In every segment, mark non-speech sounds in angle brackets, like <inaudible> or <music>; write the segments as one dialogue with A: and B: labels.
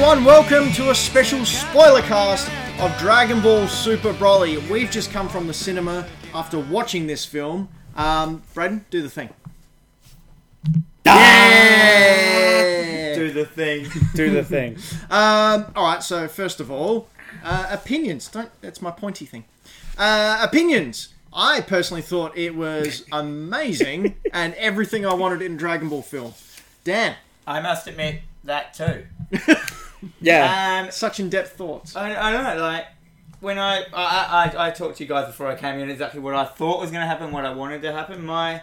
A: and welcome to a special spoiler cast of Dragon Ball Super Broly. We've just come from the cinema after watching this film. Um, Braden, do the thing. Yeah!
B: Do the thing.
C: Do the thing.
A: Um, all right. So first of all, uh, opinions. Don't. That's my pointy thing. Uh, opinions. I personally thought it was
B: <laughs>
A: amazing and everything I wanted in a Dragon Ball film. Dan,
B: I must admit that too.
C: Yeah.
B: Um,
A: Uh, such in-depth thoughts.
B: I, I don't know, like when I I, I I talked to you guys before I came in exactly what I thought was going to happen, what I wanted to happen. My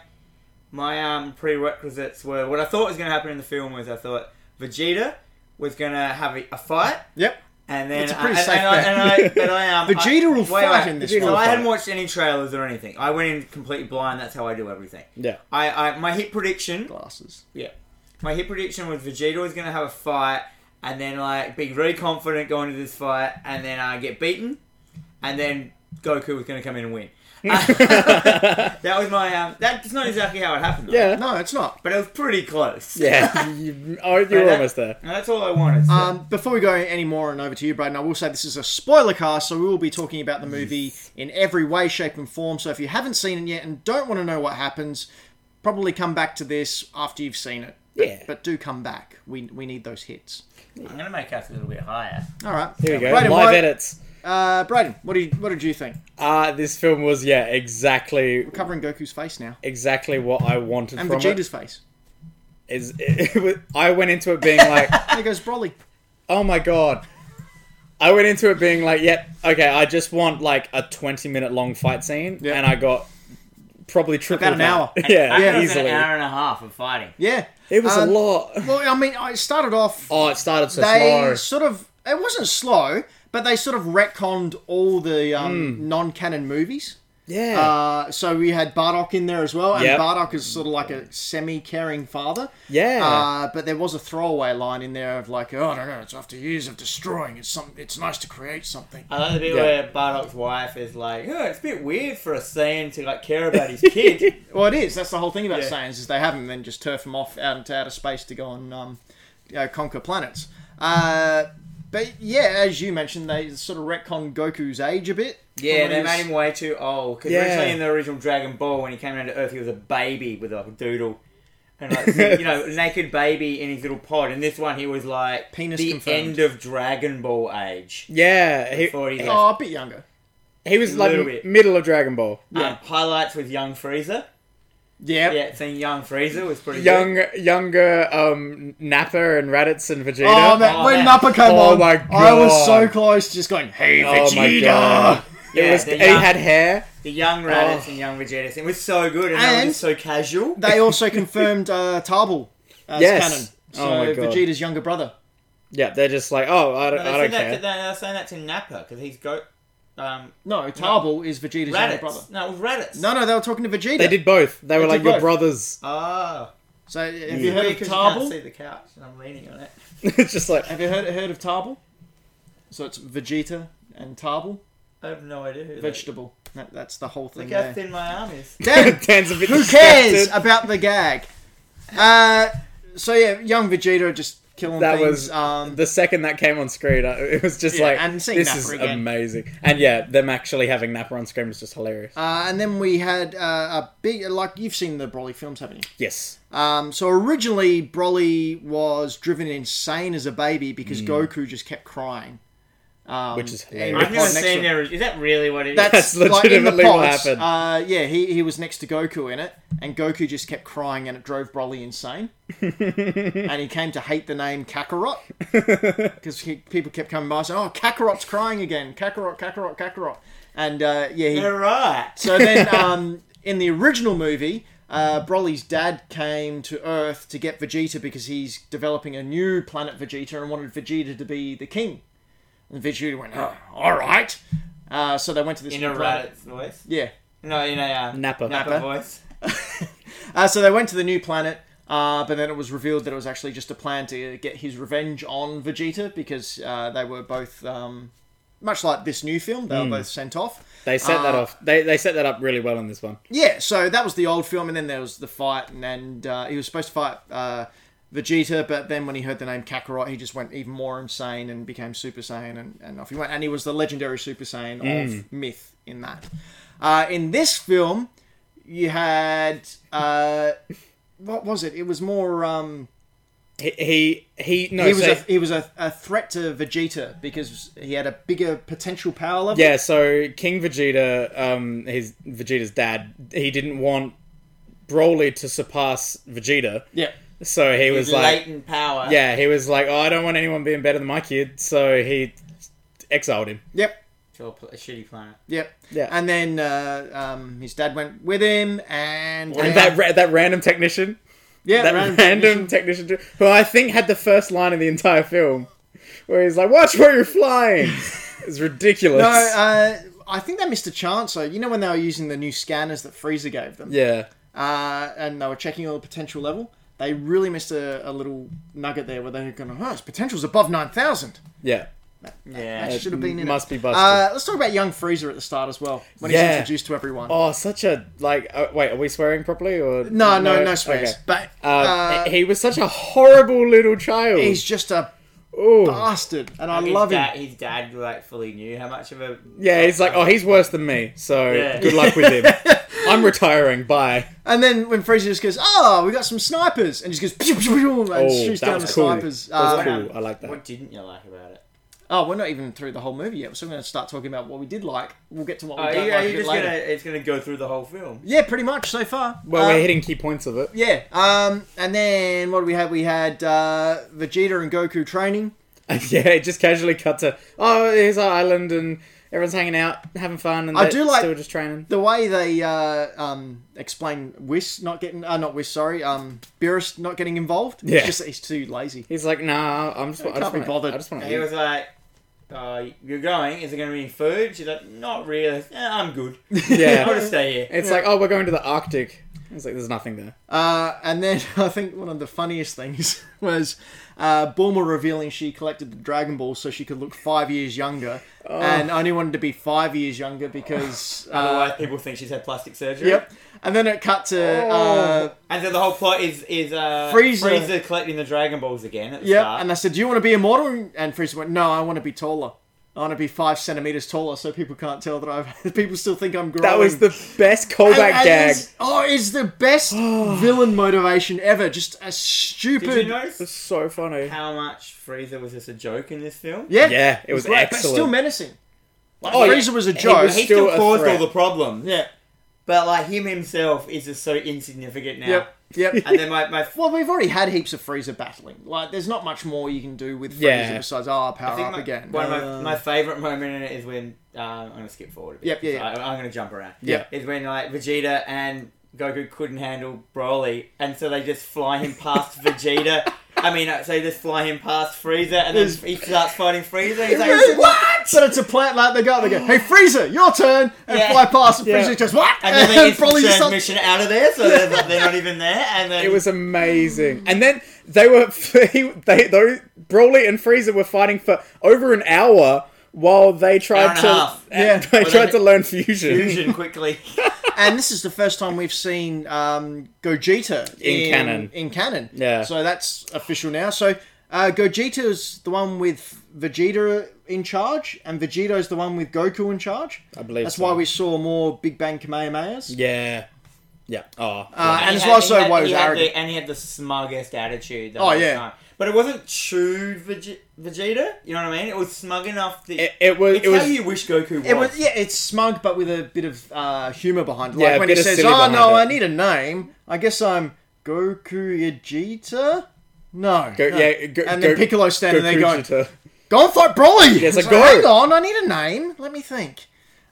B: my um, prerequisites were what I thought was going to happen in the film was I thought Vegeta was going to have a, a fight
A: Yep.
B: And then
A: It's a pretty
B: and,
A: safe
B: and I, and I,
A: <laughs>
B: and I, um,
A: Vegeta
B: I,
A: will fight in this
B: So
A: one.
B: I hadn't watched any trailers or anything. I went in completely blind. That's how I do everything.
C: Yeah.
B: I, I my hit prediction.
A: Glasses.
B: Yeah, my hit prediction was Vegeta was going to have a fight, and then like be very confident going into this fight, and then I uh, get beaten, and then Goku was going to come in and
C: <laughs>
B: win. that was my um. That's not exactly how it happened. Though.
C: Yeah.
A: No, it's not.
B: but it was
A: <laughs>
B: pretty close. <laughs>
C: Yeah. <laughs> You, are you're
B: that-
C: almost there.
B: and that's all I wanted. So.
A: Um, before we go any more and over to you, Braden, I will say this is a spoiler cast, so we will be talking about the movie in every way, shape, and form. So if you haven't seen it yet and don't want to know what happens, probably come back to this after you've seen it. But,
C: Yeah.
A: but do come back. We, we need those hits.
B: I'm going to make us a little bit higher.
A: All right.
C: Here we go.
A: Braden,
C: Live
A: what,
C: edits.
A: Uh, Braden, what did, what did you think?
C: Uh, this film was yeah exactly
A: Covering Goku's face now
C: exactly what I wanted
A: and
C: from
A: Vegeta's face.
C: it. Is <laughs> it, was- I went into it
A: <laughs>
C: being like,
A: There goes Broly.
C: oh my god. I went into it being like, yep, okay, I just want like a twenty minute long fight scene,
A: Yeah.
C: and I got probably triple
A: About an
C: that.
A: hour.
C: <laughs> yeah,
B: That was
C: easily.
B: an hour and a half of fighting.
A: Yeah.
C: It was
A: Um,
C: a lot.
A: Well, I mean, I started
C: <laughs>
A: off.
C: Oh, it started so
A: they
C: slow.
A: sort of it wasn't slow, but they sort of retconned all the um, non-canon movies.
C: Hmm. Yeah.
A: Uh, so we had Bardock in there as well, and
C: Yep.
A: Bardock is sort of like a semi-caring father.
C: yeah.
A: Uh, but there was a throwaway line in there of like, oh, I don't know, it's after years of destroying, it's some, it's nice to create something.
C: Uh,
B: I like the bit
C: Yeah.
B: where Bardock's wife is like, "Oh, it's a bit weird for a Saiyan to like care about his
C: <laughs>
B: kid."
A: Well, it is. That's the whole thing about
B: Yeah.
A: Saiyans is they have them, then just turf them off out into outer space to go and um, you know, conquer planets. Uh, but yeah, as you mentioned, they sort of retcon Goku's age a bit.
B: yeah,
A: from
B: they
A: when
B: made
A: he was-
B: him way too old. Because
C: Yeah.
B: originally in the original Dragon Ball, when he came down to Earth, he was a baby with like a doodle, and like you know, naked baby in his little pod. And this one, he was like
A: Penis
B: the
A: confirmed.
B: end of Dragon Ball age.
C: yeah. He,
B: Before he
A: Oh, a bit younger.
C: he was like
B: Little bit.
C: middle of Dragon Ball.
A: yeah.
B: Um, highlights with young Frieza.
A: Yep.
B: Yeah, seeing young Frieza was pretty good.
C: young younger um Nappa and Raditz and Vegeta.
A: Oh man,
B: Oh,
A: when
B: man.
A: Nappa came
C: Oh,
A: on,
C: my
A: I was so
C: God.
A: close, to just going, "Hey
C: Oh,
A: Vegeta!"
C: my god.
B: Yeah,
C: it was
B: the
C: he
B: young-
C: had hair.
B: The young Raditz
C: Oh.
B: and young Vegeta. It was so good, and, they were
A: And-
B: just so casual.
A: <laughs> They also confirmed uh, Tarball as
C: Yes.
A: canon, so
C: Oh, my God.
A: Vegeta's younger brother.
C: Yeah, they're just like, oh, I don't,
B: No,
C: I
B: they said
C: don't care.
B: that to, they were saying that to Nappa because he's go, um,
A: No, Tarball is Vegeta's younger
B: Raditz.
A: brother.
B: No, it was Raditz.
A: No, no, they were talking to Vegeta.
C: They did both. They were
A: They
C: like,
A: did
C: your
A: both.
C: brothers. <laughs>
B: Oh.
A: So, have you heard of
B: Because you can't see
A: Tarball?
B: the couch and I'm leaning on it.
C: it's just like,
A: Have you heard heard of Tarball? So it's Vegeta and Tarball,
B: I have no idea who that is.
A: vegetable. That, that's the whole thing
B: Look how
A: there.
B: thin my arm
C: <laughs>
B: is.
A: Dan,
C: Dan's a bit
A: Who cares
C: distracted.
A: about the gag? Uh, so yeah, young Vegeta just killing
C: That
A: things.
C: was
A: um,
C: The second that came on screen, I- it was just
A: Yeah,
C: like,
A: and
C: this
A: seeing Nappa
C: is
A: again.
C: amazing. And yeah, them actually having Nappa on screen was just hilarious.
A: uh, and then we had uh, a big like you've seen the Broly films, haven't you?
C: Yes.
A: Um, so originally Broly was driven insane as a baby because
C: Mm.
A: Goku just kept crying, um,
C: Which is
A: and he was
C: hilarious. I've
B: I've never
A: next to
B: seen
A: him.
B: there. Is that really what it is?
A: That's,
C: That's legitimately
A: like, in the
C: what
A: pods,
C: happened.
A: Uh, yeah, he, he was next to Goku in it, and Goku just kept crying, and it drove Broly
C: <laughs>
A: insane. and he came to hate the name Kakarot because people kept coming by saying, "Oh, Kakarot's crying again, Kakarot, Kakarot, Kakarot." And uh, yeah, he,
B: You're right.
A: so
B: <laughs>
A: then um, in the original movie. Uh, Broly's dad came to Earth to get Vegeta because he's developing a new planet Vegeta and wanted Vegeta to be the king. And Vegeta went, oh, all right. Uh, so they went to this
B: In
A: new
B: a
A: planet.
B: Raditz voice.
A: Yeah. <laughs>
B: No, in a uh,
C: Nappa.
B: Nappa
A: Nappa.
B: voice.
A: Uh, so they went to the new planet, uh, but then it was revealed that it was actually just a plan to get his revenge on Vegeta because uh, they were both, um, much like this new film,
B: Hmm.
A: they were both sent off.
C: They set that
A: Uh,
C: off. They, they set that up really well in this one.
A: Yeah, so that was the old film, and then there was the fight, and, and uh, he was supposed to fight uh, Vegeta, but then when he heard the name Kakarot, he just went even more insane and became Super Saiyan, and, and off he went. And he was the legendary Super Saiyan of
C: Hmm.
A: myth in that. Uh, in this film, you had uh, what was it? It was more. Um,
C: He he, he no.
A: he was
C: Oh, so-
A: a, he was a, a threat to Vegeta because he had a bigger potential power level.
C: Yeah, so King Vegeta, um, his Vegeta's dad, he didn't want Broly to surpass Vegeta,
A: yeah.
C: so he was like,
B: latent power.
C: yeah, he was like, oh, I don't want anyone being better than my kid, so he exiled him.
A: Yep.
B: To a, pl- a shitty planet.
A: Yep.
C: Yeah.
A: And then uh, um, his dad went with him, and
C: And that ra- that random technician,
A: yeah,
C: that
A: random
C: random, technician, who I think had the first line of the entire film, where he's like, "Watch where you're
A: <laughs>
C: flying." it's ridiculous.
A: No, uh, I think they missed a chance. So you know when they were using the new scanners that Frieza gave them,
C: yeah,
A: uh, and they were checking all the potential level. They really missed a, a little nugget there where they were going, "Oh, his potential's above nine thousand.
C: yeah.
B: Yeah.
A: That should have been in.
C: must
A: it.
C: be busted.
A: Uh, let's talk about young Frieza at the start as well when he's
C: Yeah.
A: introduced to everyone.
C: Oh, such a like. Uh, wait, are we swearing properly or
A: no, no, no, swears.
C: Okay.
A: But uh,
C: Uh, eh. he he was such a horrible little child.
A: he's just a
C: Ooh.
A: bastard, and I
B: His
A: love him.
B: dad, His dad like fully knew how much of a
C: yeah, he's like, oh, he's worse than me. So
B: Yeah.
C: good luck with
A: <laughs>
C: him. I'm retiring. Bye.
A: And then when Fraser just goes, "Oh, we got some snipers," and just goes, pew, pew, pew, and
C: Oh,
A: shoots
C: that
A: down the
C: was cool.
A: snipers.
C: That was
A: Uh,
C: cool. Ooh, I like that.
B: What didn't you like about it?
A: Oh, we're not even through the whole movie yet. We're still going to start talking about what we did like. We'll get to what we
B: Oh,
A: don't like
B: yeah,
A: a
B: you're
A: bit
B: just
A: later.
B: gonna it's gonna go through the whole film.
A: Yeah, pretty much so far.
C: Well,
A: Uh,
C: we're hitting key points of it. <laughs>
A: Yeah. Um, and then what do we have? We had uh, Vegeta and Goku training.
C: yeah, it just casually cut to oh, here's our island and everyone's hanging out, having fun, and
A: I
C: they're
A: do like-
C: still just training.
A: The way they uh, um, explain Whis not getting, uh, not Whis, sorry, um, Beerus not getting involved.
C: Yeah.
A: It's just that he's too lazy.
C: He's like, nah, I'm just, I
A: can't
C: just
A: be
C: want
A: bothered.
C: I just want
B: And
C: to.
A: <laughs>
B: he was like, uh, "You're going? Is it gonna be food?" She's like, "Not really. Eh, I'm good. <laughs> I want
C: Yeah,
B: to stay here."
C: it's like, oh, we're going to the Arctic. It's like, there's nothing there.
A: Uh, and then <laughs> I think one of the funniest things <laughs> was uh, Bulma revealing she collected the Dragon Ball so she could look five years younger,
C: Oh.
A: and only wanted to be five years younger
C: <laughs>
A: because. Uh,
B: Otherwise, people think she's had plastic surgery.
A: yep. And then it cut to. Uh,
C: Oh.
B: And so the whole plot is is uh,
A: Frieza.
B: Frieza collecting the Dragon Balls again. At the
A: yep.
B: start.
A: And they said, "Do you want to be immortal?" And Frieza went, "No, I want to be taller. I want to be five centimeters taller, so people can't tell that I've." <laughs> people still think I'm growing.
C: That was the best callback
A: And- and
C: gag.
A: it's- oh, it's the
C: <gasps>
A: best villain motivation ever. Just a stupid.
B: did you notice
C: so funny.
B: how much Frieza was just a joke in this film?
A: Yeah.
C: Yeah, it was
A: great, But
C: excellent.
A: still menacing.
C: Oh, yeah.
A: Frieza was a
C: He
A: joke.
C: was-
B: He
C: Still
B: still,
C: a
B: caused
C: threat.
B: all the problems.
A: Yeah.
B: But like him himself is just so insignificant now.
A: Yep. Yep.
B: And then my, my
A: <laughs> well, we've already had heaps of Frieza battling. Like, there's not much more you can do with Frieza
C: Yeah.
A: besides, oh, power
B: I think
A: up
B: my,
A: again.
B: One of
C: Uh,
A: <laughs>
B: my, my favorite moment in it is when um, I'm gonna skip forward. A bit,
A: Yep, yeah,
B: 'cause I, am gonna jump around.
A: Yep.
B: is when like Vegeta and Goku couldn't handle Broly, and so they just fly
A: <laughs>
B: him past Vegeta. I mean, uh, so they just fly him past Frieza, and then
A: There's-
B: he starts fighting Frieza. He's
A: Really?
B: like,
A: what? But it's a plant like they go, they go, hey Frieza, your turn, and
B: Yeah.
A: fly past, and
C: Yeah.
A: Frieza just what? <laughs>
B: and then they get
A: Broly just
B: the
A: starts-
B: mission out of there, so they're, not- they're not even there. And then
C: It was amazing. And then they were <laughs> he, they though Broly and Frieza were fighting for over an hour while they
B: Hour
C: tried
B: and a
C: to
B: half.
A: Yeah.
C: <laughs> they
B: Well,
C: tried
B: they-
C: to learn fusion.
B: fusion quickly.
A: and this is the first time we've seen um, Gogeta
C: In canon.
A: In canon,
C: Yeah.
A: So that's official now. So uh, Gogeta's the one with Vegeta in charge, and Vegeta's the one with Goku in charge.
C: I believe
A: that's
C: so.
A: why we saw more Big Bang Kamehamehas.
C: Yeah. Yeah. Oh.
A: Uh,
C: yeah.
A: <laughs> and it's
B: he had-
A: also
B: he had-
A: why he
B: he
A: was
B: had
A: arrogant.
B: the, and he had the smuggest attitude. The
A: Oh,
B: whole
A: yeah.
B: time. but it wasn't true Vege- Vegeta. You know what I mean? It was smug enough that
C: It, it was
B: it's
C: it was
B: how you wish Goku was.
A: It was yeah, it's smug but with a bit of uh, humor behind it. Like
C: Yeah, a
A: when
C: bit
A: he
C: of
A: says,
C: silly
A: "Oh
C: behind
A: no,
C: it."
A: I need a name. I guess I'm Goku Vegeta." No,
C: go,
A: no.
C: yeah. Go,
A: and then
C: go-
A: Piccolo standing
C: go
A: there going,
C: Vegeta.
A: "Go and fight Broly."
C: it's like,
A: "Hang
C: go."
A: on, I need a name. Let me think.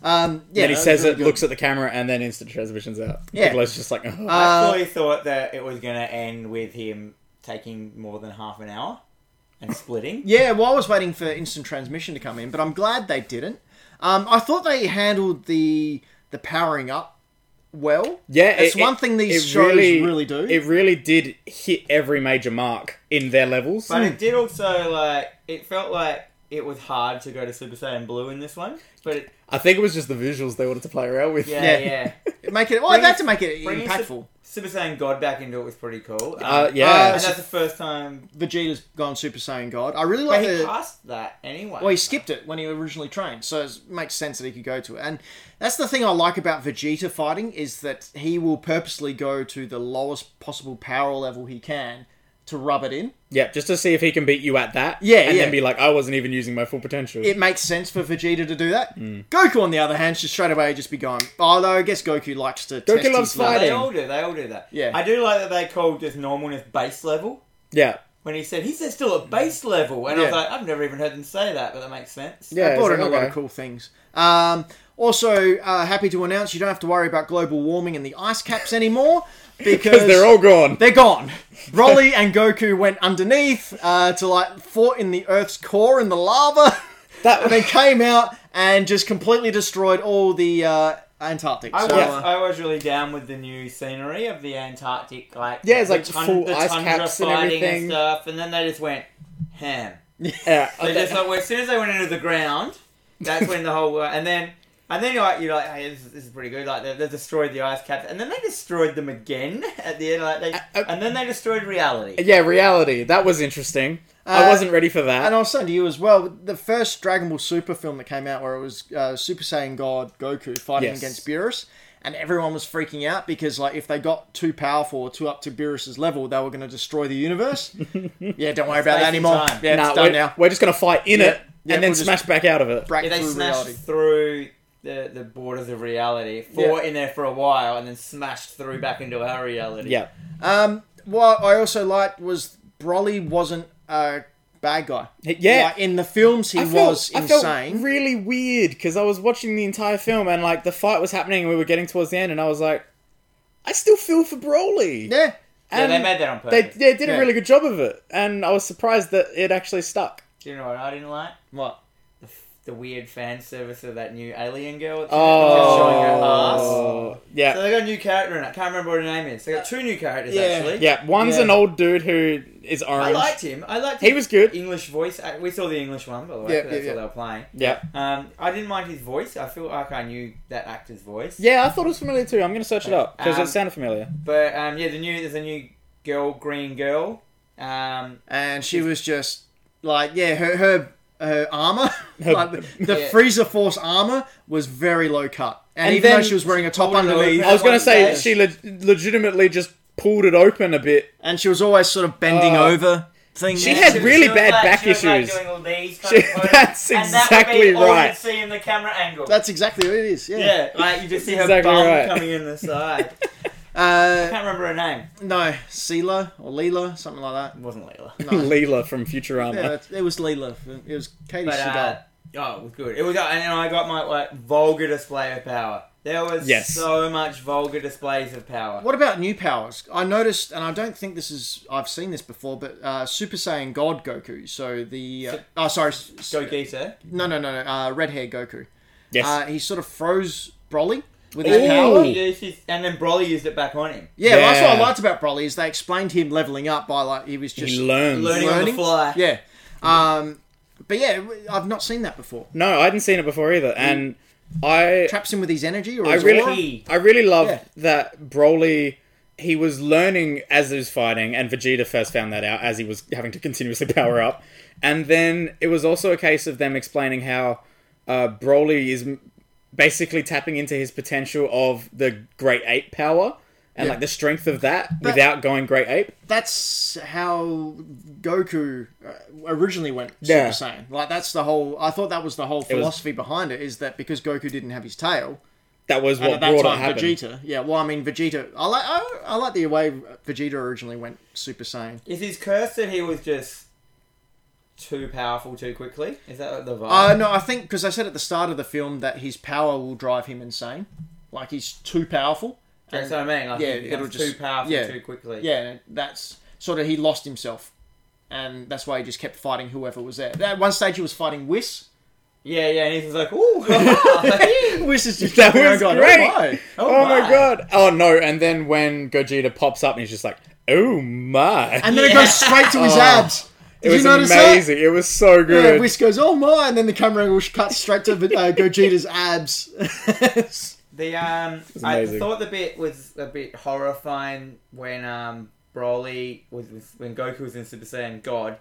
A: Um, yeah,
C: Then he
A: that was
C: says
A: really
C: it,
A: good.
C: looks at the camera, and then instant transmissions out.
A: Yeah.
C: Piccolo's just like, oh.
B: I
A: uh,
B: fully thought that it was going to end with him taking more than half an hour and splitting.
A: Yeah, well, I was waiting for instant transmission to come in, but I'm glad they didn't. Um, I thought they handled the the powering up well.
C: yeah.
A: it's
C: it-
A: one
C: it-
A: thing these
C: it
A: shows really, do.
C: It really did hit every major mark in their levels.
B: But it did also like it felt like it was hard to go to Super Saiyan Blue in this one. But it,
C: I think it was just the visuals they wanted to play around with.
B: yeah,
A: Yeah. <laughs>
B: yeah.
A: Make it. Well, I'd
B: Bring-
A: have to make it
B: bringing
A: impactful.
B: Super Saiyan God back into it was pretty cool. Um,
C: Uh, yeah.
B: and that's the first time.
A: Vegeta's gone Super Saiyan God. I really like
B: But he
A: the.
B: passed that anyway.
A: Well, he skipped it when he originally trained, so it makes sense that he could go to it. And that's the thing I like about Vegeta fighting is that he will purposely go to the lowest possible power level he can to rub it in.
C: Yeah, just to see if he can beat you at that.
A: Yeah,
C: and
A: yeah.
C: then be like, I wasn't even using my full potential.
A: It makes sense for Vegeta to do that.
C: Hmm.
A: Goku, on the other hand, should straight away just be going. Although I guess Goku likes to. test
C: loves
A: his limits.
B: they
C: fighting.
B: all do. They all do that.
A: Yeah.
B: I do like that they called just normalness base level.
C: yeah,
B: When he said he's still at base level, and I was
A: Yeah.
B: like, I've never even heard them say that, but that makes sense.
C: yeah.
A: they brought
C: it's
A: in
C: like,
A: a lot
C: okay.
A: of cool things. Um, also, uh, happy to announce you don't have to worry about global warming and the ice caps
C: <laughs>
A: anymore because
C: because they're all gone.
A: they're gone. Broly and Goku went underneath uh, to like fought in the Earth's core in the lava, <laughs>
C: That
A: and then came out and just completely destroyed all the uh, Antarctic.
B: I
A: So,
B: was,
A: uh,
B: I was really down with the new scenery of the Antarctic, like
C: Yeah, it's
B: the
C: like full ice caps and
B: fighting
C: everything.
B: stuff, and then they just went ham.
C: <laughs> yeah,
B: They just
C: okay.
B: like well, as soon as they went into the ground, that's when the whole uh, and then and then you're like you're like hey this is, this is pretty good like they, they destroyed the ice caps and then they destroyed them again <laughs> at the end like they
C: uh,
B: and then they destroyed reality.
C: yeah, reality. That was interesting. I
A: Uh,
C: wasn't ready for that.
A: and I was saying to you as well, the first Dragon Ball Super film that came out where it was uh, Super Saiyan God Goku fighting
C: Yes.
A: against Beerus, and everyone was freaking out because like if they got too powerful or too up to Beerus's level, they were going to destroy the
B: <laughs>
A: universe. yeah, don't worry about that
B: Space and
A: anymore.
B: time.
A: Yeah,
C: Nah,
A: it's
C: we're,
A: done now.
C: we're just gonna fight in
A: Yeah.
C: it
A: Yeah,
C: and then
A: we'll just-
C: smash back out of it.
A: Break
B: Yeah, they
A: through
B: smashed
A: reality.
B: through the, the borders of reality, fought in there for a while, and then smashed through back into our reality.
C: Yeah,
A: Um, what I also liked was Broly wasn't a bad guy.
C: yeah.
A: Like, in the films he
C: I felt-
A: was
C: I felt
A: insane.
C: really weird because I was watching the entire film and like the fight was happening and we were getting towards the end and I was like, I still feel for Broly.
A: yeah,
B: Yeah,
C: and
B: they made that on
C: Um, they,
B: purpose.
C: they did a
A: Yeah.
C: really good job of it and I was surprised that it actually stuck.
B: Do you know what I didn't like?
A: what?
B: The, f- the weird fan service of that new alien girl. at the end, showing her ass.
C: Oh,
B: So
C: yeah, Uh,
B: they got a new character in it. I can't remember what her name is. They got two new characters
A: Yeah.
B: actually.
C: yeah. One's
A: Yeah.
C: an old dude who is orange.
B: I liked him. I liked.
C: He
B: his
C: was good.
B: English voice. I- We saw the English one, by the way.
A: Yeah,
B: 'cause
A: yeah,
B: that's
A: yeah.
B: what they were playing.
C: yeah,
B: Um, I didn't mind his voice. I feel like I knew that actor's voice.
C: yeah. I thought it was familiar too. I'm gonna search it up because
B: Um,
C: it sounded familiar.
B: But um, yeah, the new there's a new girl, green girl. Um,
A: And she was just like yeah, her her her armor,
C: <laughs> Her-
A: like the, the
B: Yeah.
A: Freezer Force armor was very low cut. And,
C: And
A: even
C: then
A: though she was wearing a top
B: pulled it
A: underneath,
B: open.
C: I was gonna
B: one
C: say
B: day-
C: she leg- legitimately just pulled it open a bit. <laughs>
A: and she was always sort of bending
C: Oh.
A: over things.
C: She had
B: was-
C: really
B: was
C: bad
B: like-
C: back
B: she was like
C: issues.
B: doing all these kind of
C: She-
B: poses,
C: <laughs> that's
B: and that would be
C: exactly
B: all you'd
C: right.
B: see in the camera angle.
A: That's exactly what it is. Yeah.
B: yeah, like you just see her
C: Exactly
B: bum
C: right.
B: coming in the side. I
A: Uh,
B: can't remember her name.
A: no, Sela or Leela, something like
B: It wasn't Layla.
A: <laughs> that. No.
C: Leela from Futurama.
A: yeah, that's- it was Leela. It was Katie
B: But uh,
A: Sagal.
B: oh, it was good. It was, uh, and I got my like vulgar display of power. There was
C: Yes.
B: so much vulgar displays of power.
A: What about new powers? I noticed, and I don't think this is, I've seen this before, but uh, Super Saiyan God Goku. So the, uh, oh, sorry. s- s-
B: Go Gita.
A: No, no, no, no uh, red hair Goku.
C: Yes.
A: Uh, he sort of froze Broly with his
C: Ooh.
A: power.
B: Yeah, she's- and then Broly used it back on him,
A: Yeah, that's what I
C: Yeah.
A: liked about Broly is they explained him leveling up by like, he was just
C: he learns.
B: learning, on the
A: learning?
B: fly.
A: Yeah. Um, but yeah, I've not seen that before.
C: No, I hadn't seen it before either, and I
A: Traps him with his energy or
C: I
A: his aura?
C: really
B: Key.
C: I really loved
A: Yeah.
C: that Broly. He was learning as he was fighting, and Vegeta first found that out as he was having to continuously <laughs> power up. And then it was also a case of them explaining how uh, Broly is m- basically tapping into his potential of the Great Ape power and
A: Yeah.
C: like the strength of that without going Great Ape.
A: that's how Goku uh, originally went
C: Yeah.
A: Super Saiyan. Like that's the whole. I thought that was the whole
C: was-
A: philosophy behind it is that because Goku didn't have his tail,
C: That was
A: and
C: what
A: at that
C: brought it
A: time
C: happened.
A: Vegeta. Yeah, well, I mean Vegeta. I like I, I like the way Vegeta originally went Super Saiyan.
B: Is his curse that he was just too powerful too quickly? Is that the vibe?
A: Uh, no, I think because I said at the start of the film that his power will drive him insane, like he's too powerful.
B: That's what I mean. Like,
A: yeah,
B: he becomes
A: it'll just-
B: too powerful
A: yeah.
B: too quickly.
A: Yeah, that's sort of he lost himself, and that's why he just kept fighting whoever was there. At one stage, he was fighting Whis.
B: yeah, yeah. And he's like,
A: <laughs>
B: ooh, <laughs> oh,
A: Whis is just
C: That
A: walking around
C: was
A: going,
C: great.
A: "Oh my."
C: Oh, my.
B: my.
C: god! Oh no! And then when Gogeta pops up, and he's just like, "Oh my!" <laughs>
A: and then it
B: Yeah.
A: goes straight to his
C: Oh.
A: abs. Did
C: it was
A: you notice
C: amazing. It was so
A: that? Yeah,
C: good.
A: Whis goes, oh my, and then the camera angle cuts straight to uh, Gogeta's abs.
B: The um,
C: was
B: I
C: amazing.
B: thought the bit was a bit horrifying when um Broly was, was when Goku was in Super Saiyan God,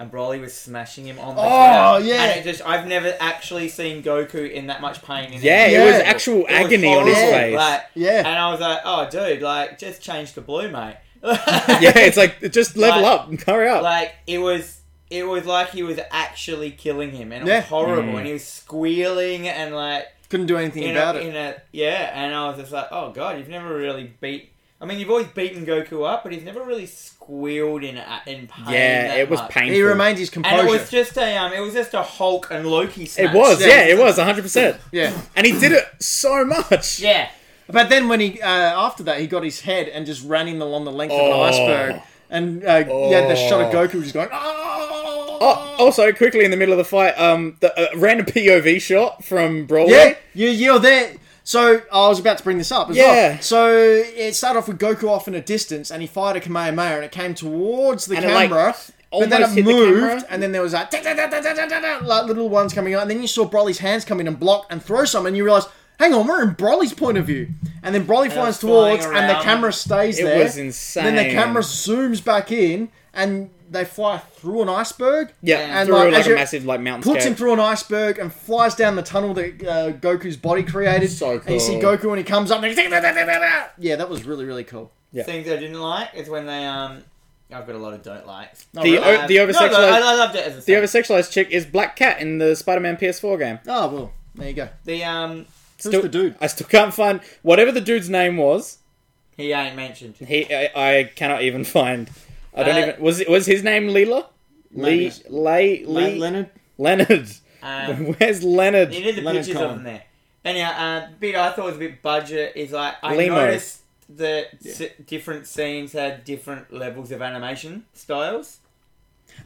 B: and Broly was smashing him on the
A: Oh,
B: ground.
A: yeah.
B: And it just I've never actually seen Goku in that much pain. In
C: Yeah,
B: his
A: Yeah.
C: it was
B: life. It
C: actual
B: was
C: agony on his
B: horrible,
C: face.
B: like,
A: <laughs>
B: and
A: Yeah.
B: I was like, oh dude, like just change to blue, mate.
C: <laughs> yeah,
B: <laughs>
C: it's like just level up, hurry up.
B: like it was it was like he was actually killing him and it
A: Yeah.
B: was horrible
C: Mm.
B: and he was squealing and like
A: Couldn't do anything
B: in
A: about
B: a,
A: it.
B: in a yeah and I was just like oh god you've never really beat I mean you've always beaten Goku up but he's never really squealed in a- in pain
C: yeah,
B: that
C: it was
B: much.
C: painful.
A: He remained his
B: and
A: composure.
B: it was just a um it was just a Hulk and Loki
C: It
B: smash
C: was,
A: Yeah.
C: yeah, it was 100%.
A: yeah.
C: And he did it so much.
B: yeah
A: But then when he uh, after that he got his head and just ran him along the length of
C: Oh.
A: an iceberg, and uh, you had the shot of
C: Oh.
A: Goku just going, oh,
C: Oh, also, quickly in the middle of the fight, um, the uh, random POV shot from Broly.
A: yeah, you you're there. So I was about to bring this up as
C: Yeah.
A: well. So it started off with Goku off in a distance, and he fired a Kamehameha, and it came towards the
C: And it, like,
A: camera. but then it
C: almost hit the
A: moved,
C: camera.
A: and then there was that da- da- da- da- da- da- da- da, like little ones coming out, and then you saw Broly's hands come in and block and throw some, and you realize, hang on, we're in Broly's point of view, and then Broly flies
B: it's flying
A: towards, and the
B: around.
A: camera stays
C: It
A: there.
C: was insane.
A: Then the camera zooms back in, and they fly through an iceberg.
C: yeah,
B: and,
C: through
A: like,
C: like,
A: as
C: a
A: you-
C: massive like mountain.
A: Puts
C: scale.
A: him through an iceberg and flies down the tunnel that uh, Goku's body created.
C: So
A: And you see
C: cool.
A: Goku when he comes up. And he's, yeah, that was really really cool.
C: Yeah.
B: things I didn't like is when they um I've got a lot of don't likes
A: Oh,
C: The
A: really?
C: o- the
B: Um, no, but I,
C: oversexualized
B: I loved it as a
C: the
B: song.
C: oversexualized chick is Black Cat in the Spider-Man PS4 game.
A: oh well, there you go.
B: the um
A: Who's
C: Still-
A: the dude?
C: I still can't find whatever the dude's name was.
B: he ain't mentioned
C: He, I, I cannot even find. I don't
B: Uh,
C: even was it was his name Leela?
A: Maybe.
C: Lee, Lay, Lee,
A: Leonard.
C: Leonard.
B: um,
C: <laughs> Where's Leonard?
B: You need the
A: Leonard
B: pictures of
A: Cohen.
B: them there. Anyhow, uh, bit I thought was a bit budget is like I
C: Limo.
B: noticed that s- different scenes had different levels of animation styles.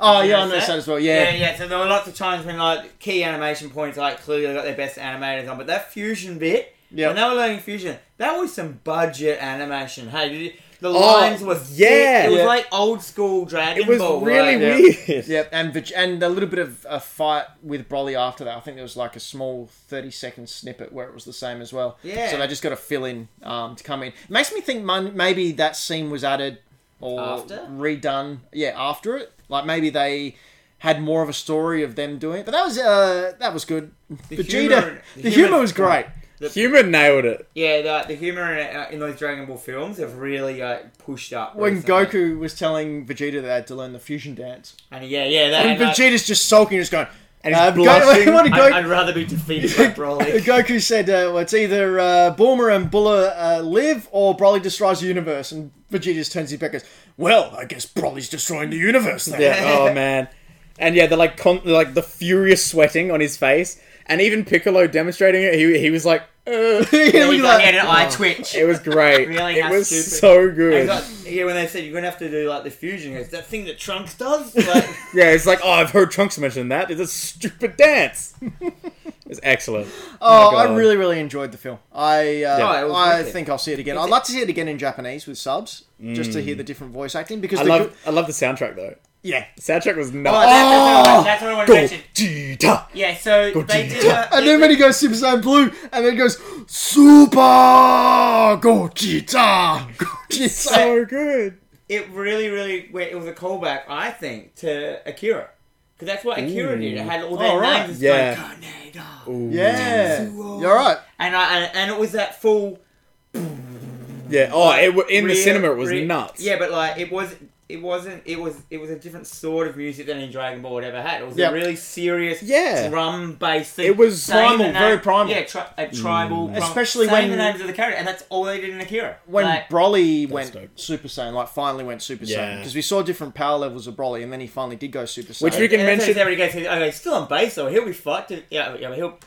A: Oh
B: You
A: yeah, I
B: notice
A: noticed
B: that?
A: that as well.
B: Yeah,
A: Yeah.
B: yeah. So there were lots of times when like key animation points like clearly got their best animators on, but that fusion bit
A: Yeah.
B: when they were learning fusion, that was some budget animation. Hey, did you, the
C: Oh,
B: lines were
C: yeah.
B: thick. it was
A: Yeah.
B: like old school Dragon
C: it was
B: Ball.
C: really
B: like-
A: yeah.
C: weird. <laughs>
A: Yep, and Vig- and a little bit of a fight with Broly after that. I think there was like a small thirty second snippet where it was the same as well.
B: Yeah.
A: So they just got to fill in um, to come in. It makes me think mon- maybe that scene was added or
B: After?
A: redone. Yeah, after it, like maybe they had more of a story of them doing it. But that was uh, that was good.
B: The
A: Vegeta,
B: humor-
A: the,
B: the
A: humor,
B: humor-
A: was great.
C: Humor nailed it.
B: <laughs> Yeah, the, the humor in, uh, in those Dragon Ball films have really uh, pushed up.
A: When
B: recently.
A: Goku was telling Vegeta they had to learn the fusion dance,
B: and yeah, yeah, that,
A: and
B: and, uh,
A: Vegeta's just sulking, just going.
C: And he's
A: uh, Go- <laughs>
C: blushing.
A: what did Goku-
B: I'd, I'd rather
A: <laughs>
B: be defeated by Broly.
A: Goku said, uh, well, it's either uh, Bulma and Bulla uh, live or Broly destroys the universe. And Vegeta just turns his back and goes, well, I guess Broly's destroying the universe then. <laughs>
C: Yeah. Oh man. And yeah, the like con- like the furious sweating on his face, and even Piccolo demonstrating it. He, he was like, "Ugh."
A: Yeah,
B: He's
A: look at
B: like,
A: that.
B: he had an eye twitch.
C: it was great.
B: Really,
C: it
B: how
C: was
B: stupid.
C: so
B: And
C: good.
B: got- yeah, when they said you're gonna have to do like the fusion, it's that thing that Trunks does. Like, <laughs>
C: Yeah, it's like, oh, I've heard Trunks mention that. It's a stupid dance. <laughs> it's excellent.
A: Oh,
C: God.
A: I really, really enjoyed the film. I uh,
B: Yeah. Oh, it was
A: I
B: wicked.
A: think I'll see it again. I'd like to see it again in Japanese with subs, just to hear the different voice acting. Because
C: Mm. I
A: the
C: love,
A: good-
C: I love the soundtrack though.
B: <laughs>
A: yeah.
C: The soundtrack was
B: oh,
C: nuts. Oh,
B: that's, that's,
A: Oh!
B: that's what I want to mention.
C: Gogeta.
B: Yeah, so they did. Uh,
A: And then when he goes Super Saiyan Blue, and then he goes Super Gogeta, Gogeta.
C: So good.
B: it really, really, well, it was a callback, I think, to Akira, because that's what Akira did. It had all their
A: Oh, right.
B: names.
C: Yeah.
B: It's like,
A: <laughs>
B: "Kaneda."
A: Yeah, you're right.
B: And I and, and it was that full
C: Yeah. Oh, it wa- in the
B: real-
C: cinema it was
B: real-
C: nuts.
B: Yeah, but like it was it wasn't it was it was a different sort of music than any Dragon Ball had ever had. It was
A: Yep.
B: a really serious
C: Yeah.
B: drum based thing.
C: It was
B: Saying
A: primal,
B: the
A: very primal.
B: Yeah, tri- a
C: Mm.
B: tribal prim-
A: Especially
B: saying
A: when-
B: the names of the character and that's all they did in Akira.
A: when
B: like,
A: Broly went
C: dope.
A: Super Saiyan, like finally went Super Saiyan,
C: Yeah.
A: because we saw different power levels of Broly, and then he finally did go Super Saiyan.
C: Which we can
B: and that's
C: mention.
B: how everybody goes, okay, he's still on base though, he'll be fucked if, yeah, yeah, he'll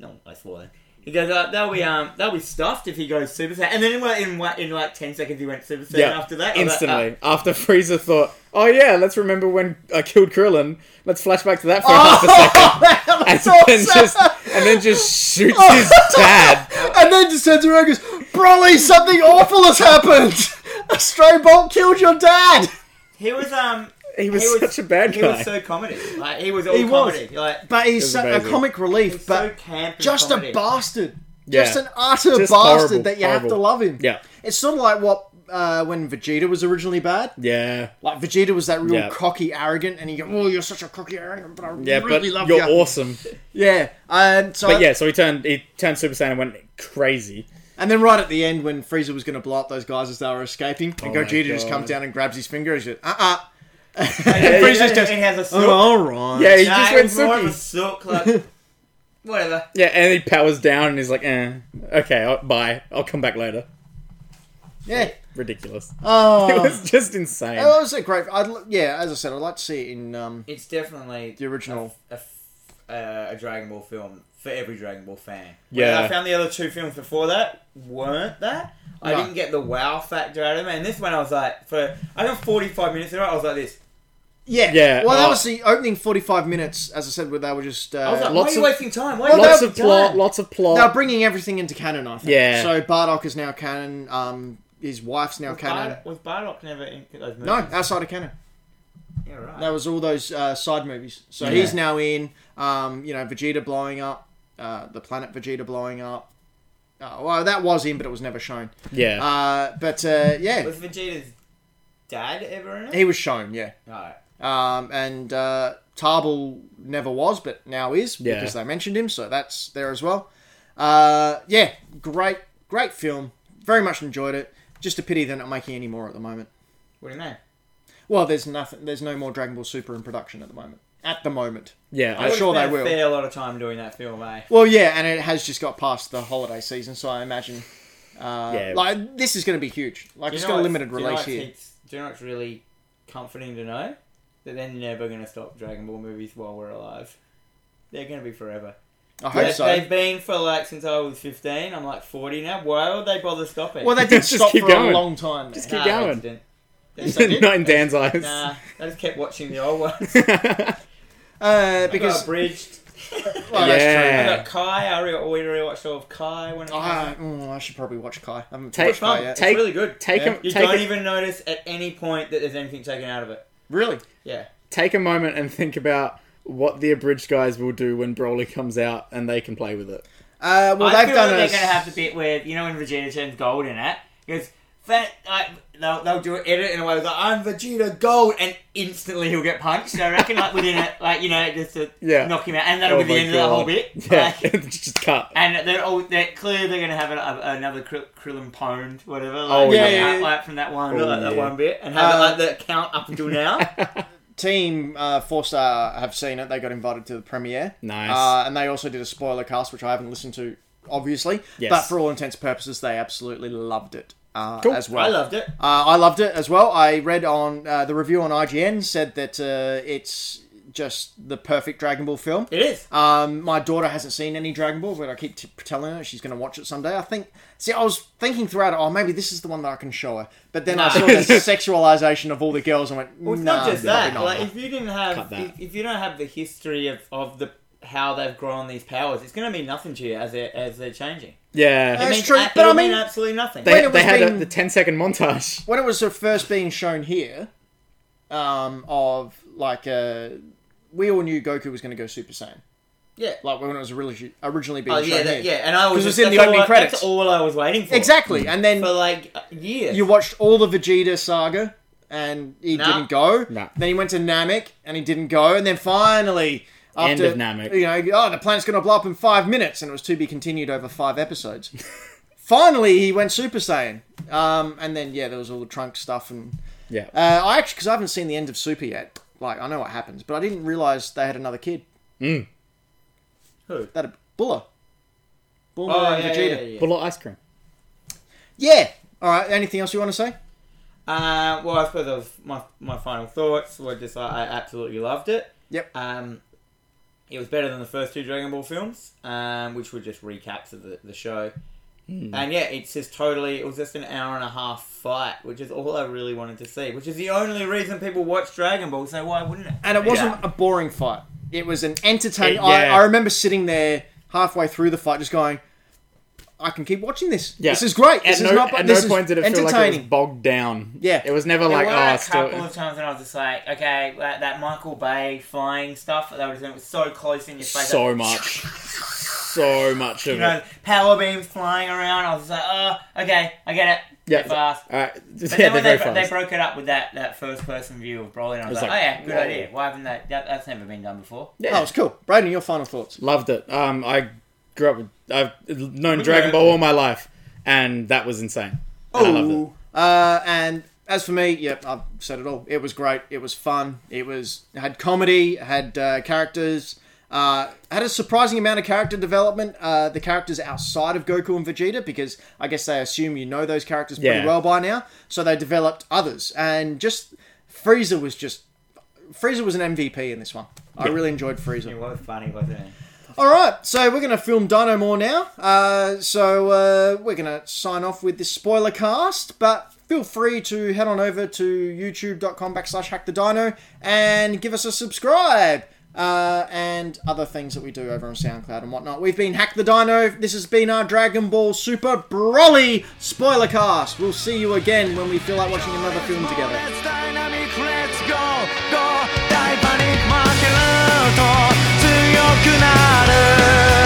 B: no, I swore that. He goes, uh, they'll be um, they'll be stuffed if he goes Super Saiyan, and then in, like, in like- in like ten seconds he went Super Saiyan
C: Yeah,
B: after that. I was like, uh, "Ah."
C: instantly after Frieza thought, "Oh yeah, let's remember when I killed Krillin. Let's flash back to that for
B: Oh,
C: half a
A: <laughs> Oh,
C: second, <laughs> and then just and then just shoots
B: Oh.
C: his dad.
A: and then just turns around and goes, Broly, something awful has happened. A stray bolt killed your dad.
B: uh, he was um,
C: He was,
B: He was-
C: such a bad
B: He was
C: guy.
B: so comedy. Like he was all
A: He was.
B: comedy. Like
A: But he's
C: was
A: so, a
C: amazing.
A: comic relief,
B: he's so
A: but
B: camp. and
A: just
B: comedy.
A: a bastard.
C: Yeah.
A: Just an utter
C: Just
A: bastard
C: horrible,
A: that you have to
C: horrible.
A: love him.
C: Yeah.
A: It's sort of like what uh, when Vegeta was originally bad.
C: Yeah.
A: Like Vegeta was that real
C: Yeah.
A: cocky, arrogant, and he go, "Oh, you're such a cocky, arrogant, but I
C: Yeah,
A: really
C: but
A: love
C: you're
A: you."
C: awesome.
A: Yeah, and so
C: But yeah, so he turned he turned Super Saiyan and went crazy.
A: and then right at the end when Frieza was going to blow up those guys as they were escaping, and
C: Oh my
A: Gogeta just
C: God.
A: comes down and grabs his finger and says, "Uh, uh."
B: And
A: Freezer's
B: he-
A: just-
B: he has a
A: Oh,
B: sook.
A: all right.
C: Yeah, he
B: Nah,
C: just
B: it
C: went
B: was more of a
C: Suki.
B: sook,
C: <laughs>
B: like, whatever.
C: Yeah, and he powers down and he's like, eh, okay, I'll, bye. I'll come back later.
A: yeah.
C: Ridiculous. <laughs>
A: Oh,
C: it was just insane.
A: it
B: Oh,
A: was a great. I'd, l- yeah, as I said, I'd like to see it in um,
B: It's definitely
A: The original.
B: a, f- uh, a Dragon Ball film for every Dragon Ball fan.
C: Yeah.
B: Whereas I found the other two films before that weren't that. I
A: No.
B: didn't get the wow factor out of them, and this one I was like, for I got forty five minutes of it, I was like this.
A: Yeah.
C: Yeah.
A: Well, that
C: Oh.
A: was the opening 45 minutes, as I said, where they were just. Uh,
B: I Oh, was like, why
C: lots
B: are you
C: of-
B: wasting time? Why are you
C: lots
B: wasting
C: of plot,
B: time?
C: lots of plot.
A: they were bringing everything into canon, I think.
C: Yeah.
A: So Bardock is now canon. Um, his wife's now canon.
B: Bar- was Bardock never in those movies?
A: No, outside of canon.
B: yeah, right.
A: That was all those uh, side movies. So
C: Yeah.
A: he's now in, um, you know, Vegeta blowing up, uh, the planet Vegeta blowing up. Uh, well, that was in, but it was never shown.
C: yeah.
A: Uh, but uh, yeah,
B: Was Vegeta's dad ever in it?
A: he was shown, yeah.
B: no.
A: Um, and uh, Tarbell never was, but now is
C: Yeah.
A: because they mentioned him, so that's there as well. Uh, yeah, great, great film. Very much enjoyed it. Just a pity they're not making any more at the moment.
B: What do you mean?
A: Well, there's nothing. There's no more Dragon Ball Super in production at the moment. At the moment.
C: yeah.
A: I'm
C: <laughs> I,
A: sure they
B: spent
A: will.
B: A fair lot of time doing that film, eh?
A: Well, yeah, and it has just got past the holiday season, so I imagine. Uh,
C: Yeah.
A: Like this is going to be huge. Like
B: Do you
A: it's
B: know
A: got a
B: what's-
A: limited
B: do you know
A: release
B: what's
A: here.
B: heaps- Do you know what's really comforting to know? That they're never going to stop Dragon Ball movies while we're alive. They're going to be forever.
A: I hope
B: They-
A: so.
B: They've been for like since I was 15. I'm like 40 now. Why would they bother stopping?
A: Well, they did
C: <laughs> Just
A: stop for
C: keep
A: a
C: going.
A: long time. There.
C: Just keep
B: they
C: going.
B: didn't. They just didn't.
C: not in Dan's eyes.
B: <laughs> Nah, they just kept watching the old ones.
A: Uh,
B: Because I
A: <laughs>
B: got
A: because
B: abridged.
A: <laughs> well,
B: I
C: Yeah.
B: got Kai. I re- always rewatched all of Kai when it came out.
A: Ah, mm, I should probably watch Kai. I haven't
C: Take-
A: watched Kai
B: uh, Fun.
A: yet.
B: It's
C: Take-
B: really good.
C: take
A: Yeah.
C: a,
B: You
C: take
B: don't
C: a,
B: even notice at any point that there's anything taken out of it.
A: really?
B: Yeah.
C: take a moment and think about what the abridged guys will do when Broly comes out and they can play with it.
A: Uh, well,
B: I
A: they've
B: feel
A: done
B: like
A: a.
B: they're going to have the bit where you know when Vegeta turns gold in it because that like, they'll they'll do it edit in a way like I'm Vegeta gold and instantly he'll get punched. I reckon like within it like you know just to
C: Yeah.
B: knock him out and that'll
C: Oh
B: be the
C: my
B: end of the whole
C: God.
B: bit.
C: Yeah,
B: <laughs>
C: <laughs>
B: Like,
C: just cut.
B: and they're all they're clear they're going to have an, a, another Kr- Krillin pwned whatever. Like,
C: Oh,
B: you know,
A: yeah.
B: out, like, from that one
C: Oh,
B: like, that
C: yeah.
B: one bit and have
A: Uh,
B: it, like the count up
C: <laughs>
B: until now.
A: Team uh, Four Star have seen it. They got invited to the premiere.
C: Nice.
A: Uh, and they also did a spoiler cast, which I haven't listened to, obviously.
C: Yes.
A: But for all intents and purposes, they absolutely loved it uh,
C: Cool.
A: as well.
B: I loved it.
A: Uh, I loved it as well. I read on uh, the review on IGN said that uh, it's just the perfect Dragon Ball film.
B: It is.
A: Um, my daughter hasn't seen any Dragon Ball, but I keep t- telling her she's going to watch it someday. I think. See, I was thinking throughout, oh, maybe this is the one that I can show her. But then I
B: Nah.
A: saw the sexualization of all the girls and went,
B: Well, it's
A: nah,
B: not just
A: probably
B: that.
A: not.
B: Like, if you didn't
C: Cut
B: have,
C: that.
B: if, if you don't have the history of, of the how they've grown these powers, it's going to mean nothing to you as they're as they're changing.
C: Yeah.
A: That's
B: means
A: true,
B: a-
A: but
B: it'll
A: I mean-
B: mean absolutely nothing.
A: when
C: They,
A: it
C: they
A: was
C: had a,
A: being-
C: the 10 second montage.
A: when it was uh, first being shown here, um, of like, uh, we all knew Goku was going to go Super Saiyan.
B: yeah.
A: Like when it was originally originally being
B: Oh
A: shown
B: yeah,
A: here.
B: that, yeah. And I was
A: 'Cause
B: just,
A: it's in the
B: that's
A: opening
B: all I-
A: credits.
B: That's all I was waiting for.
A: Exactly, and then
B: For like uh, years.
A: you watched all the Vegeta saga, and he
B: Nah.
A: didn't go.
C: Nah.
A: Then he went to Namek, and he didn't go. And then finally,
C: End
A: after
C: of Namek.
A: you know, oh, the planet's going to blow up in five minutes, and it was to be continued over five episodes. <laughs> finally, he went Super Saiyan, um, and then yeah, there was all the trunk stuff, and
C: Yeah.
A: uh, I actually because I haven't seen the end of Super yet. Like I know what happens, but I didn't realize they had another kid.
B: Who?
A: That a Bulla. Bulma
B: Oh
A: and
B: yeah,
A: Vegeta.
B: yeah, yeah, yeah.
C: Full of ice cream.
A: Yeah. All right. Anything else you want to say?
B: Uh, well, I suppose that was my my final thoughts were just like, I absolutely loved it.
A: Yep.
B: Um, it was better than the first two Dragon Ball films, um, which were just recaps of the, the show. And yeah, it's just totally. It was just an hour and a half fight, which is all I really wanted to see. Which is the only reason people watch Dragon Ball. So why wouldn't it?
A: And it wasn't
C: Yeah.
A: a boring fight. It was an entertaining.
C: It-
A: I,
C: yeah.
A: I remember sitting there halfway through the fight, just going, "I can keep watching this.
C: Yeah.
A: This is great.
C: At
A: This
C: no,
A: is not.
C: at
A: this
C: no
A: is
C: point did it feel
A: entertaining."
C: like it was bogged down.
A: Yeah.
C: It was never
B: There
C: like,
B: were
C: ah,
B: a couple
C: still.
B: of times when I was just like, okay, <laughs> like that Michael Bay flying stuff that they were doing was so close in your face.
C: So
B: like,
C: much. so much of
B: You
C: it.
B: know, power beams flying around. I was just like, oh, okay, I get it.
C: Yeah,
B: They're fast.
C: Alright,
B: But
C: <laughs> yeah,
B: then
C: they're
B: when
C: very
B: they,
C: fast.
B: they broke it up with that, that first person view of Broly, and I was,
C: was
B: like,
C: like,
B: oh yeah, good
C: whoa.
B: idea. Why haven't they? That, that's never been done before.
C: yeah.
A: Oh, it's cool. Braden, your final thoughts?
C: Loved it. Um, I grew up with. I've known
B: We
C: Dragon
B: were-
C: Ball all my life, and that was insane. And
B: Oh.
C: I loved it.
A: Uh, and as for me, yep, I've said it all. It was great. It was fun. It was it had comedy, had uh, characters, uh, had a surprising amount of character development. Uh, the characters outside of Goku and Vegeta, because I guess they assume you know those characters pretty
C: Yeah.
A: well by now, so they developed others. And just Frieza was just Frieza was an MVP in this one. I really enjoyed Frieza.
B: It was funny, wasn't it?
A: All right, so we're going to film Dino More now. Uh, so uh, we're going to sign off with this spoiler cast, but feel free to head on over to youtube.com backslash hack the dino and give us a subscribe uh, and other things that we do over on SoundCloud and whatnot. We've been Hack the Dino. This has been our Dragon Ball Super Broly spoiler cast. We'll see you again when we feel like watching another film together.
D: Let's dynamic, let's go, go 大パニック負けると強くなる